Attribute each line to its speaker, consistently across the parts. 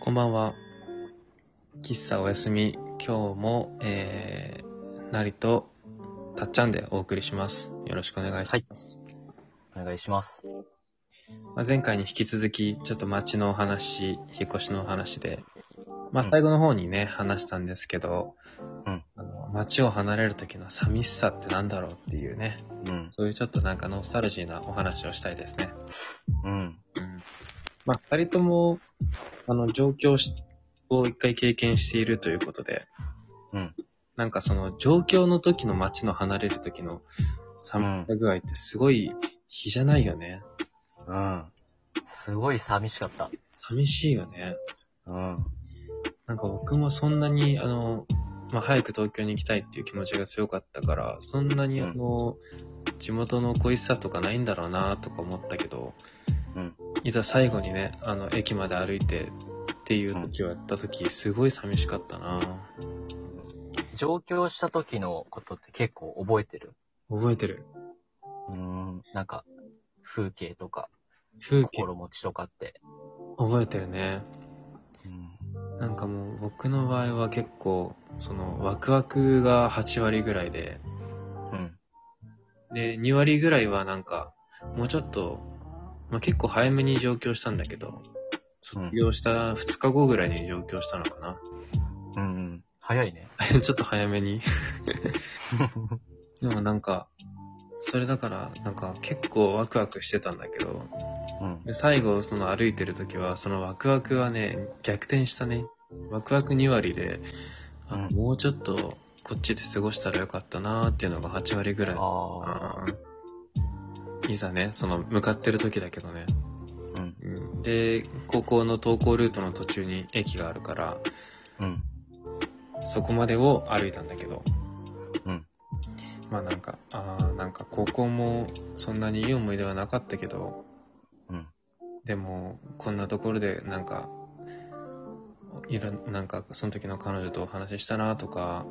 Speaker 1: こんばんは。喫茶おやすみ。今日も、えー、なりとたっちゃんでお送りします。よろしくお願いします。
Speaker 2: お願いします。
Speaker 1: まあ、前回に引き続き、ちょっと街のお話、引っ越しのお話で、まあ
Speaker 2: うん
Speaker 1: 最後の方にね、話したんですけど、
Speaker 2: うん
Speaker 1: あの街を離れる時の寂しさってなんだろうっていうね、
Speaker 2: うん。
Speaker 1: そういうちょっとなんかノスタルジーなお話をしたいですね。
Speaker 2: うん。
Speaker 1: うんまあ、二人とも、あの、上京しを一回経験しているということで、
Speaker 2: うん。
Speaker 1: なんかその、上京の時の街の離れる時の寒さ具合ってすごい、比じゃないよね。
Speaker 2: うん。すごい寂しかった。
Speaker 1: 寂しいよね。
Speaker 2: うん。
Speaker 1: なんか僕もそんなに、あの、まあ、早く東京に行きたいっていう気持ちが強かったから、そんなにあの、地元の恋しさとかないんだろうなとか思ったけど、
Speaker 2: うん
Speaker 1: いざ最後にね、あの、駅まで歩いてっていう時をやった時、すごい寂しかったな
Speaker 2: 上京した時のことって結構覚えてる
Speaker 1: 覚えてる。
Speaker 2: うん。なんか、風景とか、
Speaker 1: 風景、
Speaker 2: 心持ちとかって。
Speaker 1: 覚えてるね。
Speaker 2: うん。
Speaker 1: なんかもう僕の場合は結構、その、ワクワクが8割ぐらいで、
Speaker 2: うん。
Speaker 1: で、2割ぐらいはなんか、もうちょっと、まあ、結構早めに上京したんだけど、卒業した2日後ぐらいに上京したのかな。
Speaker 2: うんうん。早いね。
Speaker 1: ちょっと早めに。でもなんか、それだから、なんか結構ワクワクしてたんだけど、
Speaker 2: うん。
Speaker 1: で最後その歩いてる時は、そのワクワクはね、逆転したね。ワクワク2割で、あ
Speaker 2: うん
Speaker 1: もうちょっとこっちで過ごしたらよかったなーっていうのが8割ぐらい。
Speaker 2: ああ。
Speaker 1: あーいざね、その向かってる時だけどね。
Speaker 2: うん。
Speaker 1: で、高校の登校ルートの途中に駅があるから、
Speaker 2: うん。
Speaker 1: そこまでを歩いたんだけど。
Speaker 2: うん。
Speaker 1: まあなんか、ああ、なんか高校もそんなにいい思い出はなかったけど、
Speaker 2: うん。
Speaker 1: でも、こんなところでなんか、いろん、なんかその時の彼女とお話ししたなとか、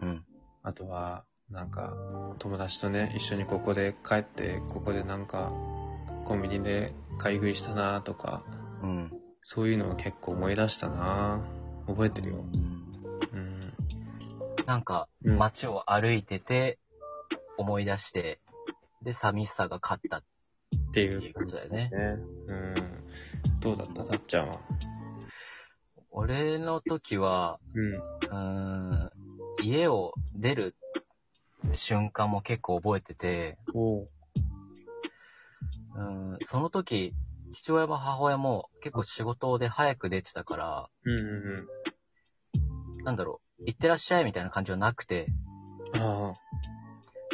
Speaker 2: うん。
Speaker 1: あとは、なんか、友達とね、一緒にここで帰って、ここでなんか、コンビニで買い食いしたなとか、
Speaker 2: うん。
Speaker 1: そういうのを結構思い出したな覚えてるよ。
Speaker 2: うん
Speaker 1: うん。
Speaker 2: なんか、
Speaker 1: うん
Speaker 2: 街を歩いてて、思い出して、で、寂しさが勝ったっ
Speaker 1: って
Speaker 2: て
Speaker 1: い
Speaker 2: いううことだよね。
Speaker 1: ね。うん。どうだったさっちゃんは。
Speaker 2: 俺の時は、
Speaker 1: うん。
Speaker 2: うーん家を出る瞬間も結構覚えてて、
Speaker 1: お
Speaker 2: うーんその時、父親も母親も結構仕事で早く出てたから、
Speaker 1: うんうん
Speaker 2: なんだろう、行ってらっしゃいみたいな感じはなくて、
Speaker 1: うん。ああ。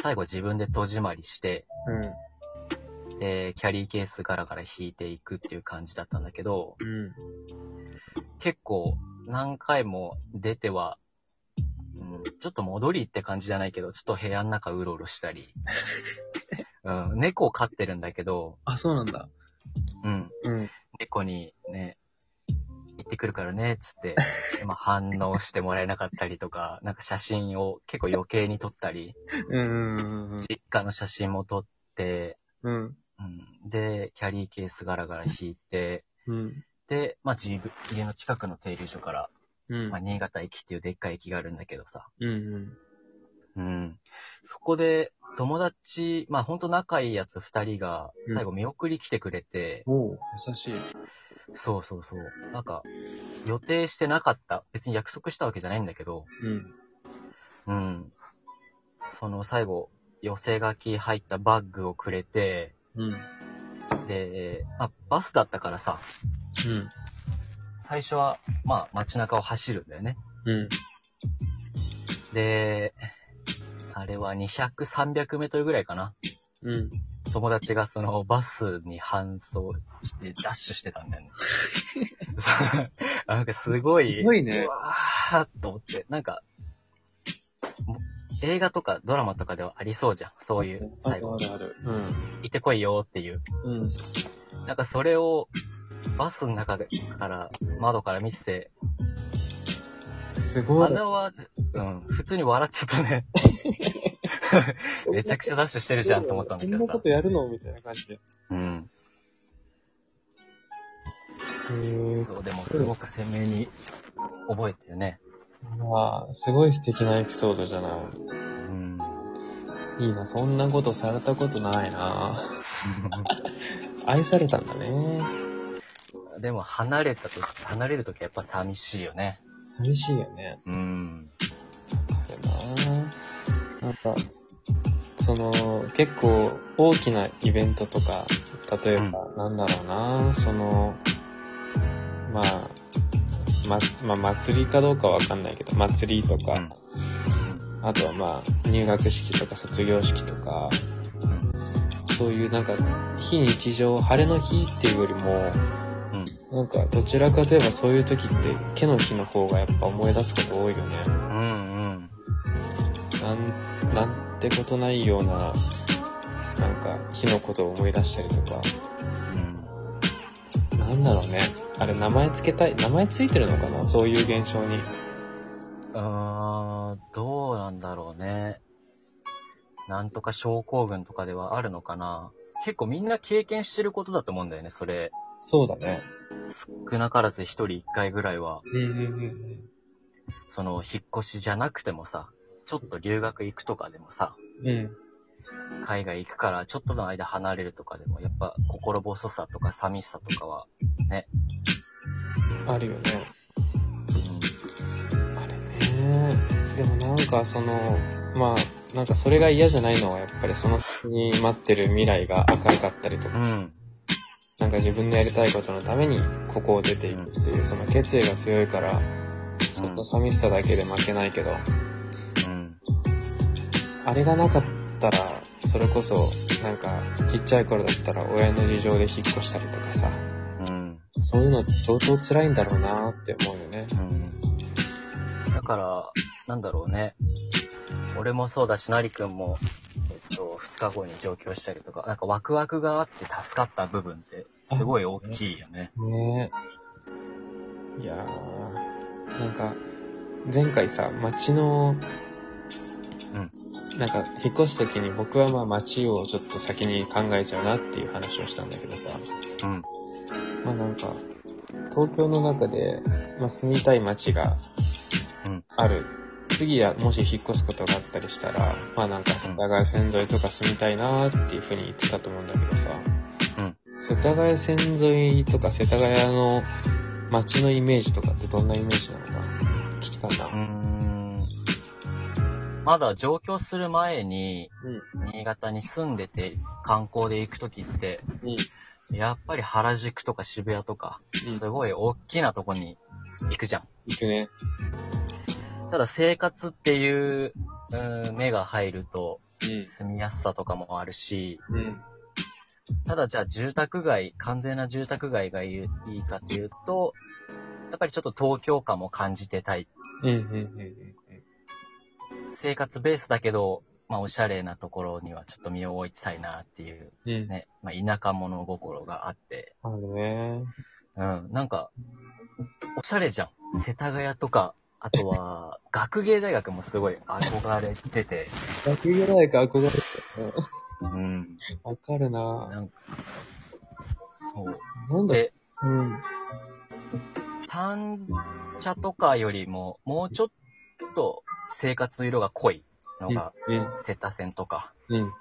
Speaker 2: 最後自分で戸締まりして、
Speaker 1: うん。
Speaker 2: で、キャリーケースガラガラ引いていくっていう感じだったんだけど、
Speaker 1: うん。
Speaker 2: 結構何回も出ては、うん、ちょっと戻りって感じじゃないけど、ちょっと部屋の中うろうろしたり、うん、猫を飼ってるんだけど、
Speaker 1: あ、そうなんだ。
Speaker 2: うん、
Speaker 1: うん。
Speaker 2: 猫にね、行ってくるからね、つって、まあ反応してもらえなかったりとか、なんか写真を結構余計に撮ったり、
Speaker 1: うんうんうん
Speaker 2: 実家の写真も撮って、
Speaker 1: うん。
Speaker 2: うん、で、キャリーケースガラガラ引いて、
Speaker 1: うん。
Speaker 2: で、まあ自分、家の近くの停留所から、
Speaker 1: うん
Speaker 2: まあ。新潟駅っていうでっかい駅があるんだけどさ、
Speaker 1: うんうん。
Speaker 2: うん。そこで、友達、まあほんと仲いいやつ二人が、最後見送り来てくれて、
Speaker 1: おう優しい。
Speaker 2: そうそうそう。なんか、予定してなかった。別に約束したわけじゃないんだけど、
Speaker 1: うん。
Speaker 2: うん。その最後、寄せ書き入ったバッグをくれて、
Speaker 1: うん。
Speaker 2: で、まあ、バスだったからさ、
Speaker 1: うん。
Speaker 2: 最初は、まあ、街中を走るんだよね。
Speaker 1: うん。
Speaker 2: で、あれは200、300メートルぐらいかな。
Speaker 1: うん。
Speaker 2: 友達がそのバスに搬送してダッシュしてたん だよね。なんかすごい、
Speaker 1: すごいね
Speaker 2: うわーっと思って、なんか、も映画とかドラマとかではありそうじゃん。そういう、
Speaker 1: あ
Speaker 2: 最
Speaker 1: る
Speaker 2: 後
Speaker 1: あ、るある。うん。
Speaker 2: 行ってこいよっていう。
Speaker 1: うん。
Speaker 2: なんかそれを、バスの中でから、窓から見てて、
Speaker 1: すご
Speaker 2: あ
Speaker 1: い。
Speaker 2: れは、うん、普通に笑っちゃった ね。めちゃくちゃダッシュしてるじゃんと思ったんだけどさ。
Speaker 1: やるのみたいな感じで。
Speaker 2: うん。
Speaker 1: へええ
Speaker 2: そう、でもすごく鮮明に覚えてるね。
Speaker 1: わあ、すごい素敵なエピソードじゃな
Speaker 2: うん。
Speaker 1: い。いいな、そんなことされたことないな。愛されたんだね。
Speaker 2: でも離れたとき、離れるときはやっぱ寂しいよね。
Speaker 1: 寂しいよね。
Speaker 2: うん。
Speaker 1: でもななんか、その、結構大きなイベントとか、例えば、なんだろうな、その、まあ、ま、まあ、祭りかどうかわかんないけど、祭りとか、
Speaker 2: うん
Speaker 1: あとはまあ、入学式とか卒業式とか、
Speaker 2: うん。
Speaker 1: そういうなんか、非日常、晴れの日っていうよりも、
Speaker 2: うん。
Speaker 1: なんか、どちらかといえばそういう時って、毛の日の方がやっぱ思い出すこと多いよね。
Speaker 2: うん。うん。
Speaker 1: なん、なんてことないような、なんか、日のことを思い出したりとか。なんだろうね。あれ、名前つけたい。名前ついてるのかなそういう現象に。
Speaker 2: あー、どうなんだろうね。なんとか症候群とかではあるのかな。結構みんな経験してることだと思うんだよね、それ。
Speaker 1: そうだね。
Speaker 2: 少なからず一人一回ぐらいは、
Speaker 1: うんうん
Speaker 2: その、引っ越しじゃなくてもさ、ちょっと留学行くとかでもさ、
Speaker 1: うん。うん。
Speaker 2: 海外行くからちょっとの間離れるとかでも、やっぱ心細さとか寂しさとかは、
Speaker 1: あるよね。
Speaker 2: う
Speaker 1: あれね。でもなんかその、まあ、なんかそれが嫌じゃないのはやっぱりその先に待ってる未来が明るかったりとか、
Speaker 2: ん。うん。
Speaker 1: なんか自分のやりたいことのためにここを出ていくっていう、その決意が強いから、そんな寂しさだけで負けないけど、
Speaker 2: うん。
Speaker 1: あれがなかったら、それこそ、なんか、ちっちゃい頃だったら親の事情で引っ越したりとかさ、
Speaker 2: うん。
Speaker 1: そういうのって相当辛いんだろうなって思うよね。
Speaker 2: うん。だから、なんだろうね。俺もそうだし、なりくんも、えっと、二日後に上京したりとか、なんかワクワクがあって助かった部分って、すごい大きいよね。
Speaker 1: ねえ。いやー、なんか、前回さ、街の、なんか、引っ越すときに僕はまあ街をちょっと先に考えちゃうなっていう話をしたんだけどさ、
Speaker 2: うん。
Speaker 1: まあなんか、東京の中で、まあ住みたい街が
Speaker 2: うん
Speaker 1: ある。次はもし引っ越すことがあったりしたら、まあなんか世田谷線沿いとか住みたいなーっていうふうに言ってたと思うんだけどさ、
Speaker 2: うん
Speaker 1: 世田谷線沿いとか世田谷の街のイメージとかってどんなイメージなのか聞きたいな。
Speaker 2: うーん。まだ上京する前に、新潟に住んでて、観光で行くときって、
Speaker 1: うん。
Speaker 2: やっぱり原宿とか渋谷とか、
Speaker 1: うん
Speaker 2: す。ごい大きなとこに行くじゃん。
Speaker 1: 行くね。
Speaker 2: ただ生活っていう、うん、目が入ると、住みやすさとかもあるし、
Speaker 1: うん。うん。
Speaker 2: ただじゃあ住宅街、完全な住宅街がいいいいかっていうと、やっぱりちょっと東京感も感じてたい。
Speaker 1: うん。うん。うん。
Speaker 2: 生活ベースだけど、まあおしゃれなところにはちょっと身を置いてたいなっていう
Speaker 1: うん。うん。
Speaker 2: ね、まあ田舎者心があって、
Speaker 1: あるね。
Speaker 2: うん、なんか、おしゃれじゃん。世田谷とか、あとは、学芸大学もすごい憧れてて、
Speaker 1: 学芸大学憧れてる。
Speaker 2: うん、
Speaker 1: わかるな
Speaker 2: なんか、そう。
Speaker 1: なんだ
Speaker 2: で、
Speaker 1: うん。
Speaker 2: 三茶とかよりも、もうちょっと生活の色が濃いのが、
Speaker 1: うん。
Speaker 2: 瀬田線とか
Speaker 1: うん。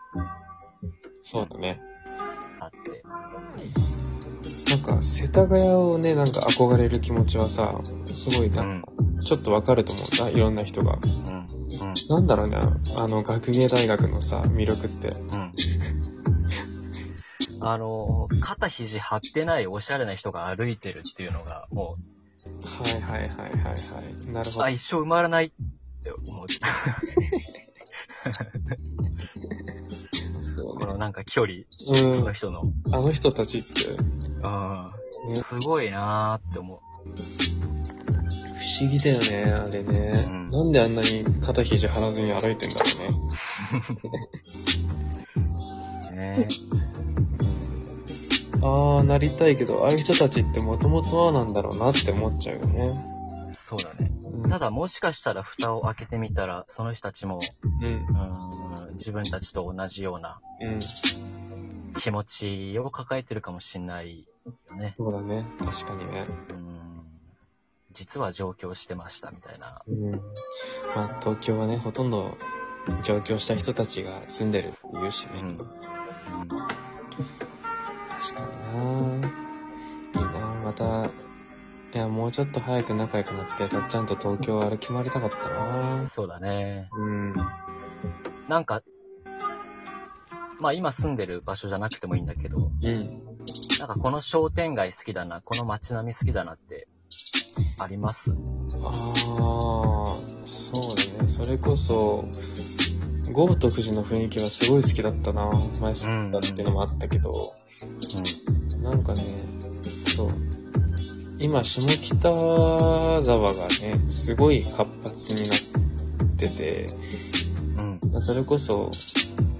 Speaker 1: そうだね。
Speaker 2: あって。
Speaker 1: なんか、世田谷をね、なんか憧れる気持ちはさ、すごいな、
Speaker 2: ん。
Speaker 1: ちょっとわかると思うんだ、いろんな人が。
Speaker 2: うん。
Speaker 1: なんだろうね、あの、学芸大学のさ、魅力って。
Speaker 2: うん。あの、肩肘張ってないおしゃれな人が歩いてるっていうのが、も
Speaker 1: はいはいはいはいはい。なる
Speaker 2: う、
Speaker 1: ほど
Speaker 2: あ、。一生埋まらないって思う。
Speaker 1: そう
Speaker 2: このなんか距離、
Speaker 1: ね。
Speaker 2: そうの
Speaker 1: ん。
Speaker 2: 人の。
Speaker 1: あの人たちって、
Speaker 2: うん。
Speaker 1: ね
Speaker 2: すごいなーって思う。
Speaker 1: 不思議だよね、あれね。
Speaker 2: うん
Speaker 1: なんであんなに肩肘張らずに歩いてんだろうね。
Speaker 2: ね
Speaker 1: ああ、なりたいけど、ああいう人たちってもともとはなんだろうなって思っちゃうよね。
Speaker 2: そうだね。
Speaker 1: うん
Speaker 2: ただもしかしたら蓋を開けてみたら、その人たちも、
Speaker 1: うん。
Speaker 2: うーん自分たちと同じような
Speaker 1: うん。
Speaker 2: 気持ちを抱えてるかもしれないよね。
Speaker 1: そうだね。確かにね。
Speaker 2: うん実は上京してましたみたいな。
Speaker 1: うん。まあ、東京はね、ほとんど上京した人たちが住んでるっていうしね。
Speaker 2: うん。うん
Speaker 1: 確かにないいなまた、いや、もうちょっと早く仲良くなって、たっちゃんと東京歩き回りたかったな
Speaker 2: そうだね。
Speaker 1: うん。
Speaker 2: なんか、まあ今住んでる場所じゃなくてもいいんだけど、
Speaker 1: うん。
Speaker 2: なんかこの商店街好きだな、この街並み好きだなって、あります
Speaker 1: ああ、そうだね。それこそ、豪徳寺の雰囲気はすごい好きだったな前住んだっていうのもあったけど、なんかね、そう。今、下北沢がね、すごい活発になってて、
Speaker 2: うん。うん。
Speaker 1: まあそれこそ、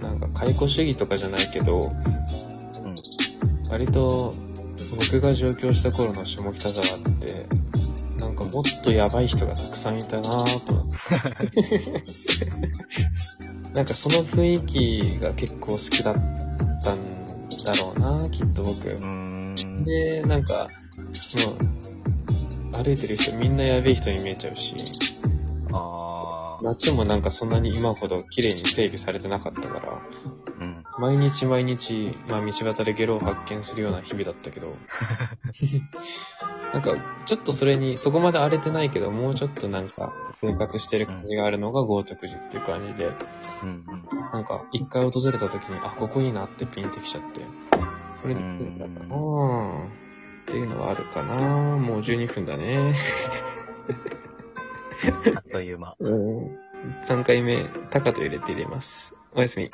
Speaker 1: なんか解雇主義とかじゃないけど、
Speaker 2: うん。
Speaker 1: 割と僕が上京した頃の下北沢って、なんかもっとやばい人がたくさんいたなぁと思って。なんかその雰囲気が結構好きだったんだろうなきっと僕。
Speaker 2: うん。
Speaker 1: で、なんか、もう、歩いてる人みんなやべえ人に見えちゃうし、
Speaker 2: ああ。
Speaker 1: 街もなんかそんなに今ほど綺麗に整備されてなかったから、
Speaker 2: うん。
Speaker 1: 毎日毎日、まあ、道端でゲロを発見するような日々だった けど、なんか、ちょっとそれに、そこまで荒れてないけど、もうちょっとなんか、生活してる感じがあるのが豪徳寺っていう感じで、
Speaker 2: うん。うん
Speaker 1: なんか、一回訪れた時に、あ、ここいいなってピンってきちゃって、それで、う
Speaker 2: うん
Speaker 1: ん、っていうのはあるかなもう12分だね。
Speaker 2: あっという間。
Speaker 1: うん。3回目、高と入れて入れます。おやすみ。